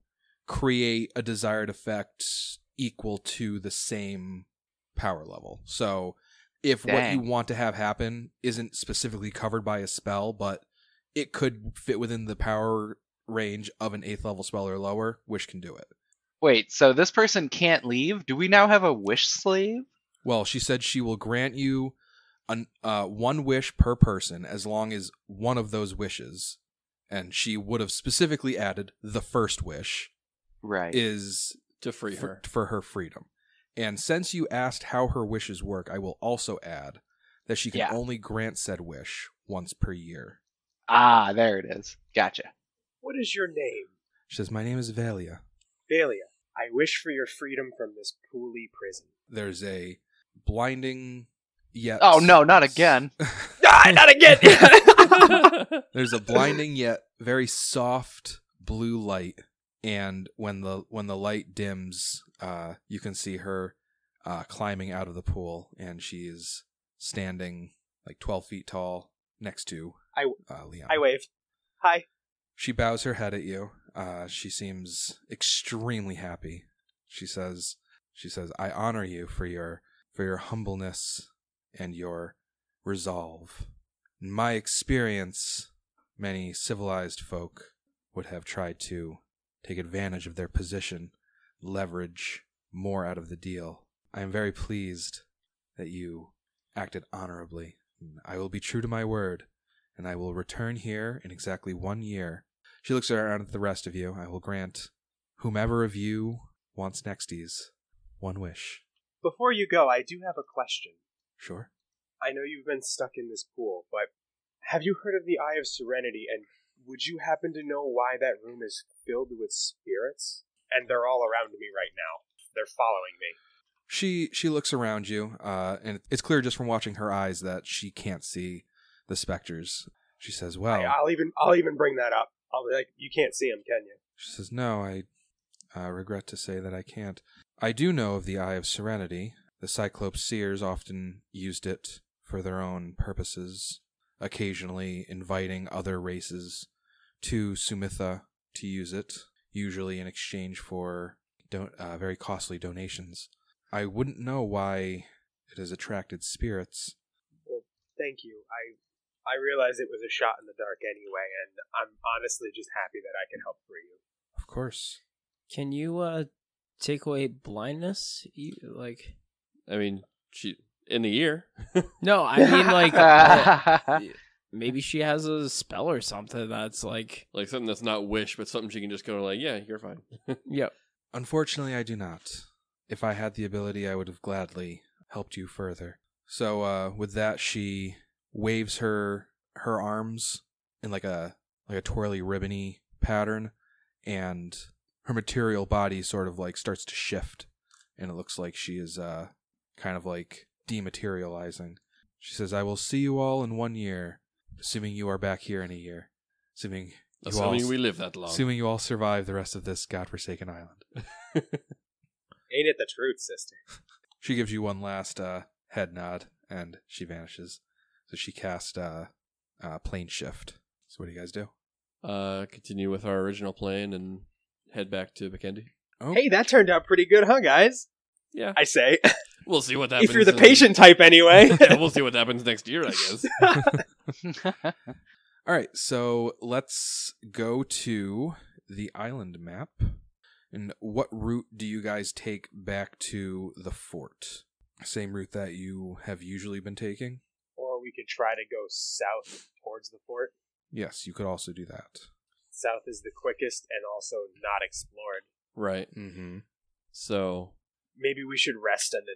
create a desired effect equal to the same power level. So if what you Dang. want to have happen isn't specifically covered by a spell, but it could fit within the power range of an eighth level spell or lower, Wish can do it. Wait, so this person can't leave? Do we now have a wish slave? Well, she said she will grant you an, uh, one wish per person as long as one of those wishes, and she would have specifically added the first wish, Right. is To free for, her. for her freedom. And since you asked how her wishes work, I will also add that she can Yeah. only grant said wish once per year. ah, there it is. *laughs* Gotcha. What is your name? She says, My name is Valia. Valia, I wish for your freedom from this pooly prison. There's a blinding yet. Oh, no, not again. *laughs* Ah, not again! *laughs* There's a blinding yet very soft blue light, and when the when the light dims, uh, you can see her uh, climbing out of the pool, and she is standing like twelve feet tall next to I- uh, Leon. I wave. Hi. She bows her head at you. Uh, she seems extremely happy. She says, "She says I honor you for your for your humbleness and your resolve. In my experience, many civilized folk would have tried to take advantage of their position, leverage more out of the deal. I am very pleased that you acted honorably. I will be true to my word." and I will return here in exactly one year. She looks around at the rest of you. I will grant whomever of you wants Nexties one wish. Before you go, I do have a question. Sure. I know you've been stuck in this pool, but have you heard of the Eye of Serenity? And would you happen to know why that room is filled with spirits? And they're all around me right now. They're following me. She she looks around you, uh, and it's clear just from watching her eyes that she can't see the specters. She says, "Well, I, will even I'll even bring that up. I'll be like, you can't see him, can you? She says, No, I uh, regret to say that I can't. I do know of the Eye of Serenity. The Cyclops seers often used it for their own purposes. occasionally inviting other races to Sumitha to use it, usually in exchange for don- uh, very costly donations. I wouldn't know why it has attracted spirits. Thank you. I I realize it was a shot in the dark anyway, and I'm honestly just happy that I can help free you. Of course. Can you uh take away blindness? You, like I mean, she in the ear. no, *laughs* I mean *laughs* like uh, maybe she has a spell or something that's like like something that's not wish, but something she can just go like, yeah, you're fine. yep. Unfortunately, I do not. If I had the ability, I would have gladly helped you further. So, uh, with that, she waves her her arms in like a like a twirly ribbony pattern, and her material body sort of like starts to shift, and it looks like she is uh, kind of like dematerializing. She says, "I will see you all in one year, assuming you are back here in a year, assuming you Assuming all, we live that long. assuming you all survive the rest of this godforsaken island." Ain't it the truth, sister? She gives you one last uh, head nod, and she vanishes. So she casts uh, uh, plane shift. So what do you guys do? uh, continue with our original plan and head back to McKendy. Oh, Hey, that turned out pretty good, huh, guys? Yeah, I say, we'll see what happens. *laughs* if you're the in- patient type anyway. *laughs* yeah, we'll see what happens next year, I guess. uh, *laughs* all right. So let's go to the island map. And what route do you guys take back to the fort? Same route that you have usually been taking. *laughs* or we could try to go south towards the fort. Yes, you could also do that. South is the quickest and also not explored. right. Mm-hmm. So Maybe we should rest and then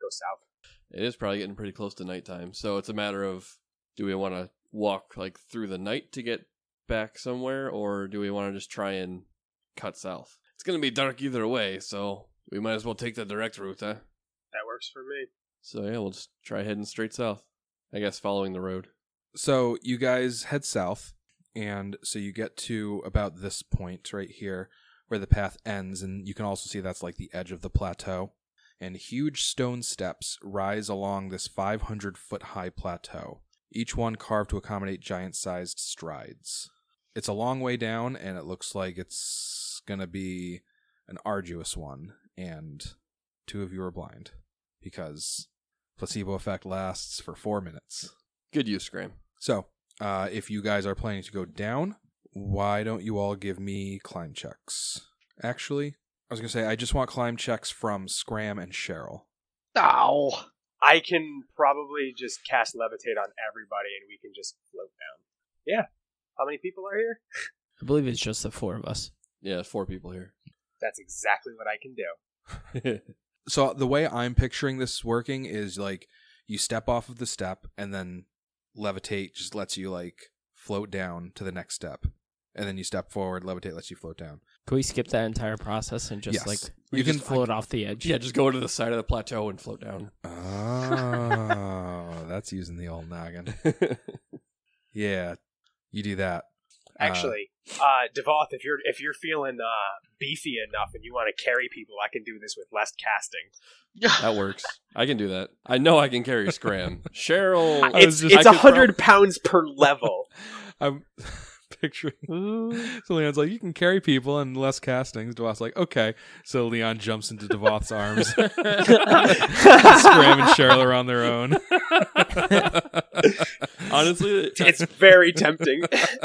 go south. it is probably getting pretty close to nighttime. So it's a matter of do we want to walk like through the night to get back somewhere, or do we want to just try and cut south? It's gonna be dark either way, so we might as well take the direct route, huh? That works for me. So yeah, we'll just try heading straight south. I guess following the road. so you guys head south and so you get to about this point right here where the path ends and you can also see that's like the edge of the plateau and huge stone steps rise along this 500 foot high plateau each one carved to accommodate giant sized strides it's a long way down and it looks like it's gonna be an arduous one and two of you are blind because placebo effect lasts for four minutes Good use, Graham. so, uh, if you guys are planning to go down, why don't you all give me climb checks? Actually, I was gonna say I just want climb checks from Scram and Cheryl. Ow. I can probably just cast levitate on everybody and we can just float down. Yeah. How many people are here? I believe it's just the four of us. Yeah, four people here. *laughs* That's exactly what I can do. Uh. So the way I'm picturing this working is like you step off of the step and then levitate just lets you like float down to the next step, and then you step forward, levitate lets you float down. Can we skip that entire process and just Yes. like You you can can- float off the edge? yeah, just go to the side of the plateau and float down. Oh, that's using the old noggin. Yeah, you do that. Uh, Actually, uh, Devoth, if you're if you're feeling uh, beefy enough and you want to carry people, I can do this with less casting. that works. I can do that. I know I can carry Scram. Cheryl. I was It's just- it's I a could *laughs* hundred pounds per *laughs* level. I'm *laughs* picturing. So Leon's like, you can carry people and less castings. Devoth's like, okay. So Leon jumps into Devoth's arms. *laughs* Scram and Cheryl are on their own. *laughs* *laughs* Honestly, *laughs* uh, it's very *laughs* tempting.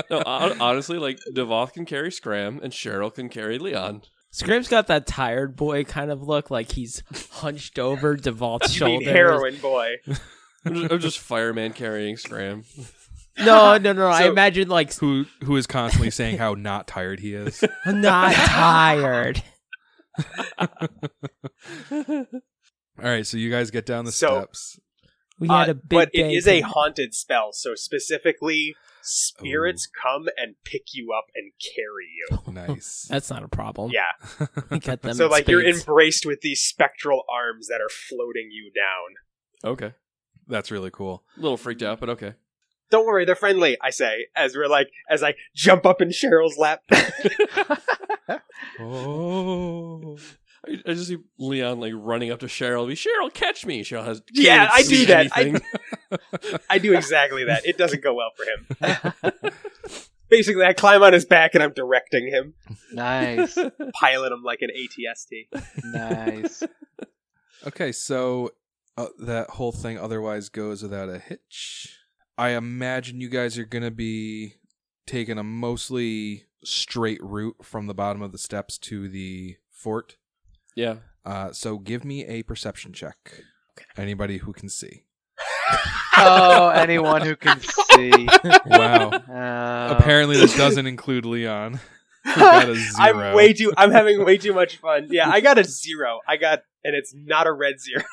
no, hon- honestly, like Devoth can carry Scram and Cheryl can carry Leon. Scrim's got that tired boy kind of look, like he's hunched over Devalt's *laughs* You mean shoulders. heroin boy? I'm just, I'm *laughs* just fireman carrying Scram. *laughs* No, no, no. I So- imagine like Who who is constantly saying how not tired he is. *laughs* not tired. All right, so you guys get down the So- steps. We Uh, had a big but it day is a tonight. haunted spell, so specifically, spirits come and pick you up and carry you. Nice. That's not a problem. Yeah. *laughs* We got them so in like you're spades. embraced with these spectral arms that are floating you down. Okay. That's really cool. A little freaked out, but okay. Don't worry, they're friendly. I say as we're like as I jump up in Cheryl's lap. *laughs* Oh. I, I just see Leon like running up to Cheryl. Be Cheryl, catch me. Cheryl has. Yeah, can't I do see that. I- *laughs* anything. I do exactly that. It doesn't go well for him. *laughs* Basically, I climb on his back and I'm directing him, *laughs* nice, pilot him like *laughs* an ATST. nice. Okay, so uh, that whole thing otherwise goes without a hitch. I imagine you guys are going to be taking a mostly straight route from the bottom of the steps to the fort. Yeah. Uh, so give me a perception check. Anybody who can *laughs* see. *laughs* Oh, anyone who can see. Wow. Uh, Apparently, this doesn't include Leon. *laughs* who got a zero. Um. I'm way too. *laughs* I'm having way too much fun. Yeah, I got a zero. I got, and it's not a red *laughs* zero.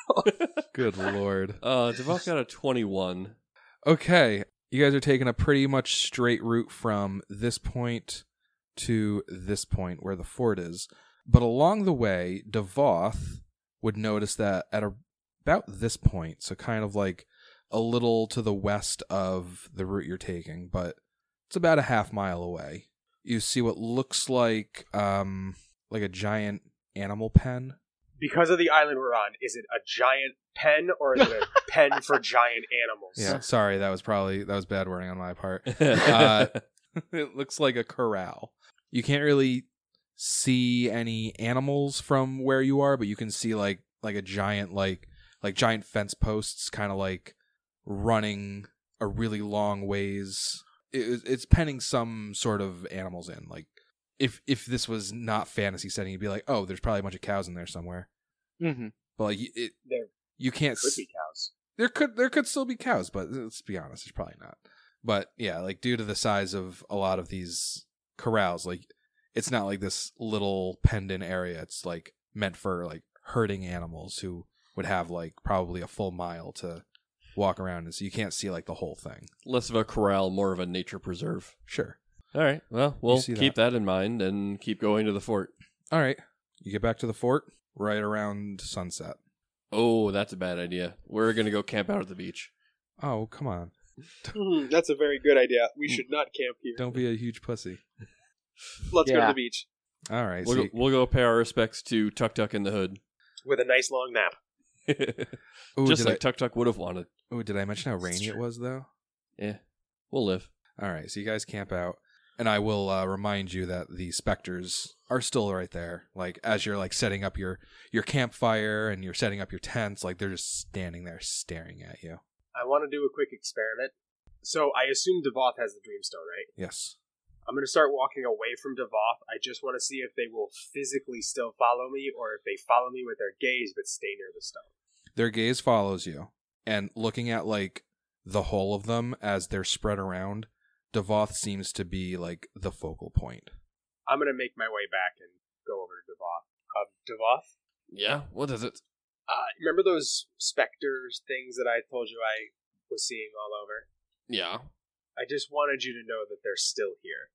Good lord. Uh, Devos got a 21. Okay, you guys are taking a pretty much straight route from this point to this point where the fort is. But along the way, Devoth would notice that at a, about this point, so kind of like a little to the west of the route you're taking, but it's about a half mile away. You see what looks like um like a giant animal pen. Because of the island we're on, is it a giant pen or is *laughs* it a pen for giant animals? Yeah, sorry, that was probably that was bad wording on my part. *laughs* uh, it looks like a corral. You can't really see any animals from where you are, but you can see like like a giant like like giant fence posts kind of like running a really long ways. It, it's penning some sort of animals in. Like if if this was not fantasy setting, you'd be like, "Oh, there's probably a bunch of cows in there somewhere." mhm. But like y- it, There you can't Could s- be cows. there could there could still be cows, but let's be honest, it's probably not. But yeah, like due to the size of a lot of these corrals, like it's not like this little pendant area. It's like meant for like herding animals who would have like probably a full mile to walk around, and so you can't see like the whole thing. *laughs* Less of a corral, more of a nature preserve. Sure. All right. Well, we'll see keep that. in mind and keep going to the fort. All right. You get back to the fort right around sunset. Oh, that's a bad idea. We're going to go camp out at the beach. Oh come on! Hmm, that's a very good idea. We should not camp here. Mm. Don't be a huge pussy. Let's go to Yeah. the beach All right. We'll, so go, we'll go pay our respects to Tuck Tuck in the Hood. *laughs* with a nice long nap. you- ooh, Just did like Tuck Tuck would have wanted. I, ooh, did I mention how rainy it true. was though? Yeah. We'll live. All right, so you guys camp out, and I will uh, remind you that the specters are still right there. Like as you're like setting up your your campfire and you're setting up your tents, like they're just standing there staring at you. I want to do a quick experiment. So I assume Devoth has the Dreamstone, right? Yes. I'm going to start walking away from Devoth. I just want to see if they will physically still follow me or if they follow me with their gaze but stay near the stone. Their gaze follows you, and looking at like the whole of them as they're spread around, Devoth seems to be like the focal point. I'm going to make my way back and go over to Devoth. Uh, Devoth, Yeah. What is it? uh, remember those specters things that I told you I was seeing all over? Yeah. I just wanted you to know that they're still here.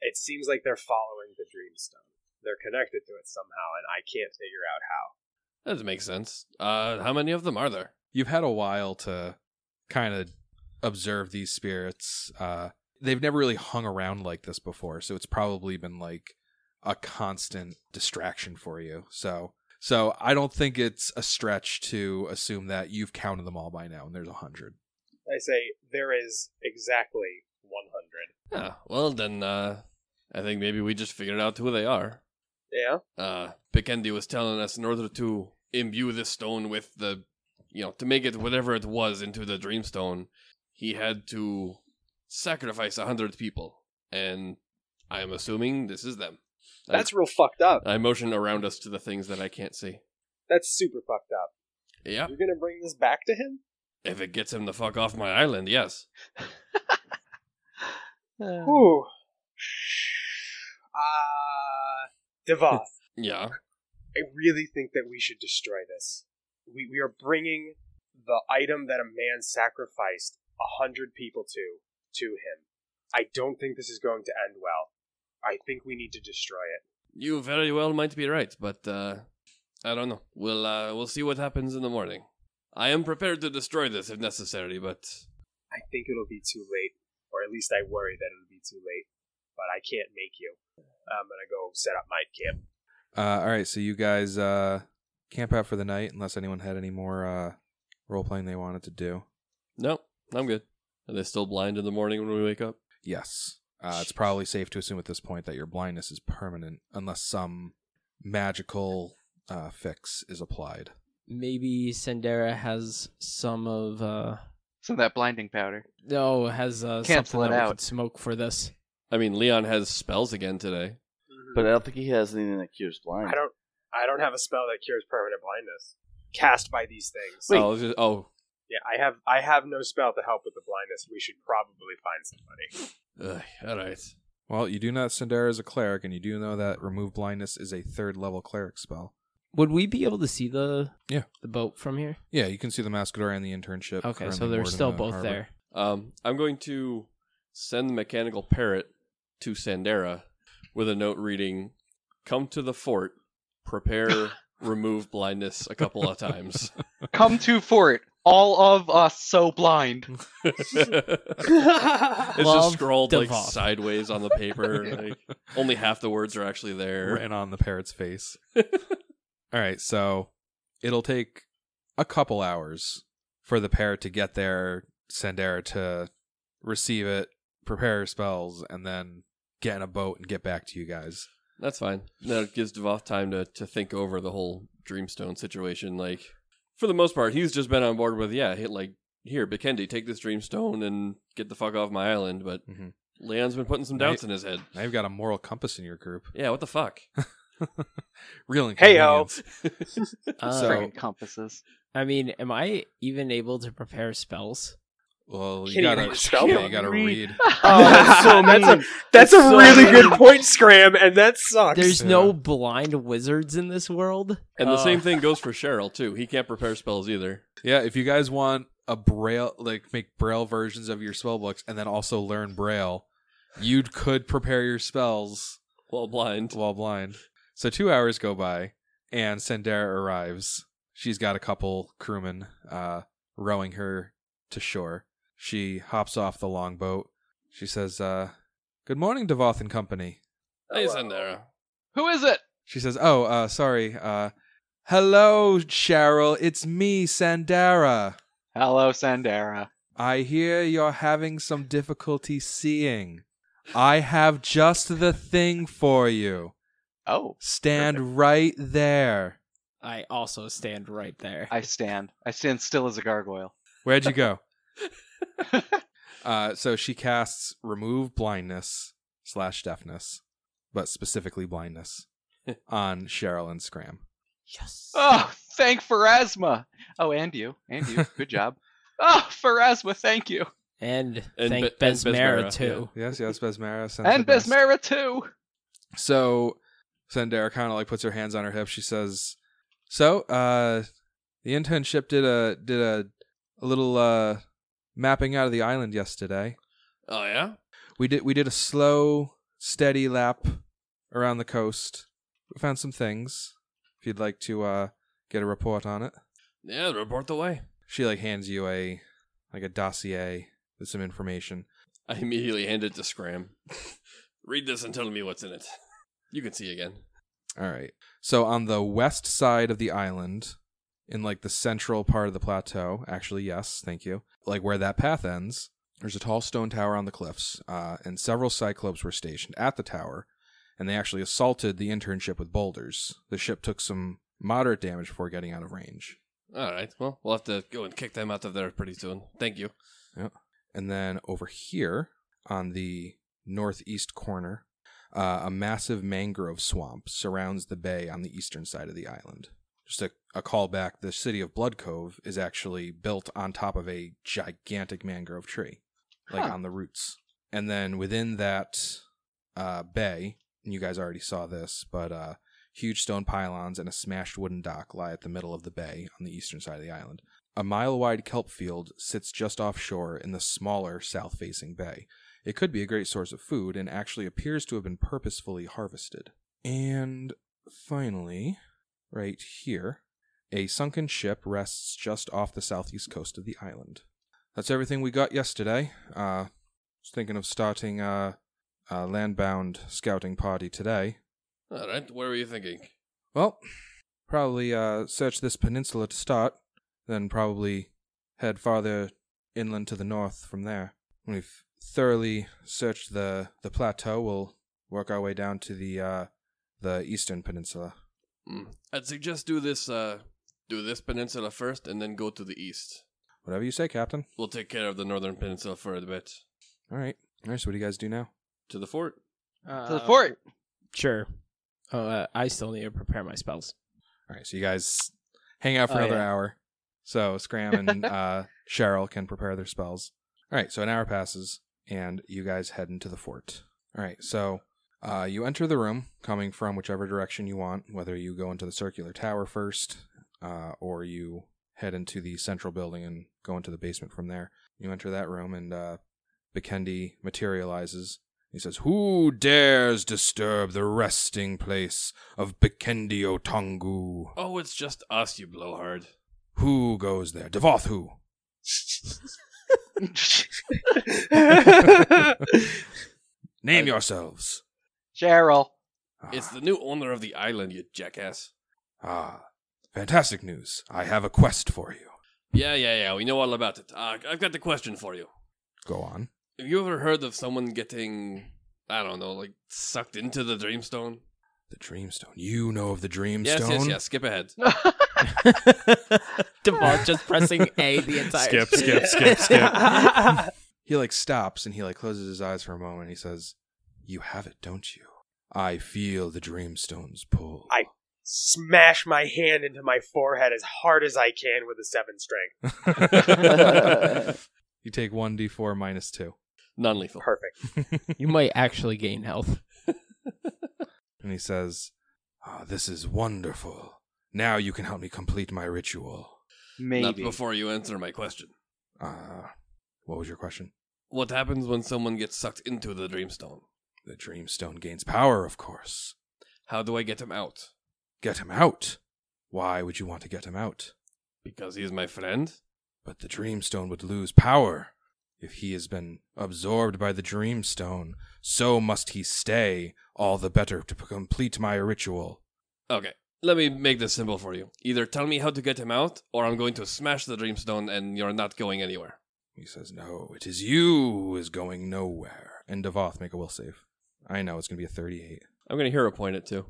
It seems like they're following the Dreamstone. They're connected to it somehow, and I can't figure out how. That makes sense. Uh, how many of them are there? you've had a while to kind of observe these spirits. Uh, they've never really hung around like this before, so it's probably been like a constant distraction for you. So, so I don't think it's a stretch to assume that you've counted them all by now, and there's a hundred. I say there is exactly 100. Yeah. Well, then uh, I think maybe we just figured out who they are. Yeah. uh Pikendi was telling us in order to imbue this stone with the you know, to make it whatever it was into the dreamstone, he had to sacrifice a hundred people. And I am assuming this is them. That's real fucked up. I motion around us to the things that I can't see. That's super fucked up. Yeah. You're going to bring this back to him? If it gets him the fuck off my island, yes. Uh, Ooh. Uh, *laughs* Devoth, Yeah. I really think that we should destroy this. We, we are bringing the item that a man sacrificed a hundred people to, to him. I don't think this is going to end well. I think we need to destroy it. You very well might be right, but uh I don't know. We'll uh we'll see what happens in the morning. I am prepared to destroy this if necessary, but I think it'll be too late, or at least I worry that it'll be too late. But I can't make you. I'm gonna go set up my camp. Uh, all right, so you guys uh, camp out for the night, unless anyone had any more uh, role playing they wanted to do. No, I'm good. Are they still blind in the morning when we wake up? Yes. Uh, it's probably safe to assume at this point that your blindness is permanent unless some magical uh, fix is applied. Maybe Sandera has some of uh So that blinding powder. no has uh something Cancel it that we out. could smoke for this. I mean, Leon has spells again today. Mm-hmm. But I don't think he has anything that cures blind. I don't. I don't have a spell that cures permanent blindness. Cast by these things. Oh, it's just- oh. Yeah, I have. I have no spell to help with the blindness. We should probably find somebody. Ugh, all right. Well, you do know that Sindara is a cleric, and you do know that remove blindness is a third level cleric spell. Would we be able to see the Yeah. the boat from here? Yeah, you can see the Mascador and the internship. Okay, currently so they're moored in still the both harbor. there. Um, I'm going to send the mechanical parrot to Sandera with a note reading, "Come to the fort, prepare, remove blindness a couple of *laughs* times." *laughs* Come to fort. All of us so blind. *laughs* it's Love just scrawled like Devoth. sideways on the paper. Like only half the words are actually there. written on the parrot's *laughs* face. All right, so it'll take a couple hours for the parrot to get there, Sandera to receive it, prepare her spells, and then get in a boat and get back to you guys. That's fine. Now it gives Devoth time to to think over the whole Dreamstone situation. Like for the most part, he's just been on board with yeah, hit like here, Bikendi, take this Dreamstone and get the fuck off my island. But Mhm. Leon's been putting some doubts in his head. Now you've got a moral compass in your group. *laughs* Yeah, what the fuck? Real Hey-ho. inconvenience. *laughs* Uh, So- Friggin' compasses. I mean, am I even able to prepare spells? Well, you Can't gotta, even spell *laughs* yeah, them. you gotta read. Read. Oh, that's so *laughs* That's a- mean. That's a It's so really mean. good point, Scram, and that sucks. There's Yeah. no blind wizards in this world. And the Uh, same thing goes for Cheryl too. He can't prepare spells either. Yeah, if you guys want a braille, like make braille versions of your spell books, and then also learn braille, you could prepare your spells While blind. while blind. So two hours go by, and Sandera arrives. She's got a couple crewmen uh, rowing her to shore. She hops off the longboat. She says, uh, "Good morning, Devoth and Company." Hey, Sandera. *laughs* Who is it? She says, "Oh, uh, sorry. Uh, hello, Cheryl. It's me, Sandera. Hello, Sandera. I hear you're having some difficulty seeing. I have just the thing for you. Oh, Stand right there." Oh, I also stand right there. I stand. I stand still as a gargoyle. *laughs* Where'd you go? Uh, so she casts remove blindness slash deafness, but specifically blindness on Cheryl and Scram. yes. oh, thank Pharasma. Oh, and you. And you. *laughs* Good job. Oh, Pharasma, thank you. And, And thank Be- and Besmera, Besmera, too. Yes, yes, Besmera. sends And her best. Besmera, too. So Sandera kind of like puts her hands on her hips. She says, "So, uh, the internship did a did a, a little uh, mapping out of the island yesterday. Oh yeah? We did we did a slow, steady lap around the coast. We found some things. If you'd like to uh, get a report on it, Yeah, report the way. she like hands you a like a dossier with some information. I immediately hand it to Scram. *laughs* Read this and tell me what's in it. You can see again. All right. So on the west side of the island, in like the central part of the plateau, actually, yes, thank you. Like where that path ends, there's a tall stone tower on the cliffs, uh, and several cyclops were stationed at the tower, and they actually assaulted the internship with boulders. The ship took some moderate damage before getting out of range. All right. Well, we'll have to go and kick them out of there pretty soon. Thank you. And then over here on the northeast corner, uh, a massive mangrove swamp surrounds the bay on the eastern side of the island. Just a, a callback the city of Blood Cove is actually built on top of a gigantic mangrove tree, like Huh. on the roots. And then within that uh, bay, and you guys already saw this, but uh, huge stone pylons and a smashed wooden dock lie at the middle of the bay on the eastern side of the island. A mile wide kelp field sits just offshore in the smaller south facing bay. It could be a great source of food and actually appears to have been purposefully harvested. And finally, right here, a sunken ship rests just off the southeast coast of the island. That's everything we got yesterday. Uh, was thinking of starting a, a landbound scouting party today. All right. What were you thinking? Well, probably uh, search this peninsula to start, then probably head farther inland to the north from there. When we've thoroughly searched the, the plateau, we'll work our way down to the uh, the eastern peninsula. Mm. I'd suggest do this uh, do this peninsula first, and then go to the east. Whatever you say, Captain. We'll take care of the northern peninsula for a bit. All right. All right. So what do you guys do now? To the fort. Uh, to the fort. Sure. Oh, uh, I still need to prepare my *laughs* spells. All right. So you guys hang out for Oh, another yeah. hour. So Scram *laughs* and uh, Cheryl can prepare their spells. All right. So an hour passes, and you guys head into the fort. All right. So uh, you enter the room, coming from whichever direction you want, whether you go into the circular tower first, uh, or you head into the central building and go into the basement from there. You enter that room, and uh, Bikendi materializes. He says, Who dares disturb the resting place of Bikendi Otongu? Oh, it's just us, you blowhard. Who goes there? Devoth who? Name I- yourselves. Cheryl. *laughs* It's the new owner of the island, you jackass. Ah, fantastic news. I have a quest for you. Yeah, yeah, yeah. We know all about it. Uh, I've got the question for you. Go on. Have you ever heard of someone getting, I don't know, like sucked into the Dreamstone? The Dreamstone. You know of the Dreamstone? Yes, yes, yes. Skip ahead. *laughs* Devon just pressing *laughs* A the entire Skip, skip, skip, skip. He like stops and he like closes his eyes for a moment. And he says, "You have it, don't you? I feel the Dreamstone's pull." I- Smash my hand into my forehead as hard as I can with a seven string. *laughs* you take one d4 minus two, Non-lethal. Perfect. *laughs* *laughs* you might actually gain health. and he says, "Ah, "This is wonderful. Now you can help me complete my ritual." Not Maybe. before you answer my question. Uh, what was your question? What happens when someone gets sucked into the Dreamstone? The Dreamstone gains power, of course. How do I get him out? Get him out. Why would you want to get him out? Because he's my friend? But the Dreamstone would lose power. If he has been absorbed by the Dreamstone, so must he stay, all the better to p- complete my ritual. Okay, let me make this simple for you. Either tell me how to get him out, or I'm going to smash the Dreamstone and you're not going anywhere. He says, No, it is you who is going nowhere. And Devoth, make a will save. I know, it's going to be a 38. I'm going to hero point it too.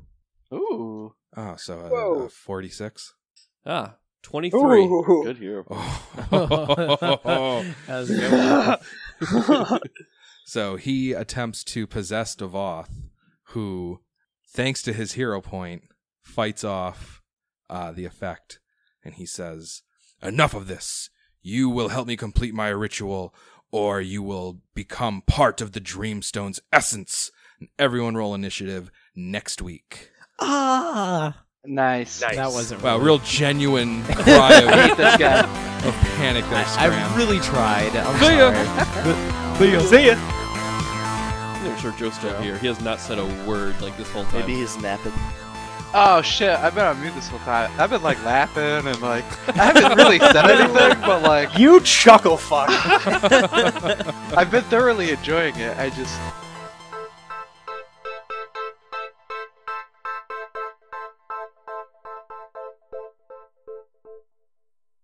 Ooh. Ah, so a, Whoa. a *laughs* 46. Ah, 23. Ooh. Good hero. *laughs* Oh. was a good one. *laughs* So he attempts to possess Devoth, who, thanks to his hero point, fights off uh, the effect. And he says, Enough of this! You will help me complete my ritual, or you will become part of the Dreamstone's essence. And everyone roll initiative next week. ah, Nice. Nice. that wasn't Wow, *laughs* really- real genuine cry Hate *laughs* this guy. of, of panic there, I, Scram. I really tried. I'm See ya. sorry. I'm not sure Joe's still here. He has not said a word like this whole time. Maybe he's napping. Oh shit! I've been on mute this whole time. I've been like laughing *laughs* and like I haven't really said anything, but like *laughs* You chuckle fuck. I've been thoroughly enjoying it. I just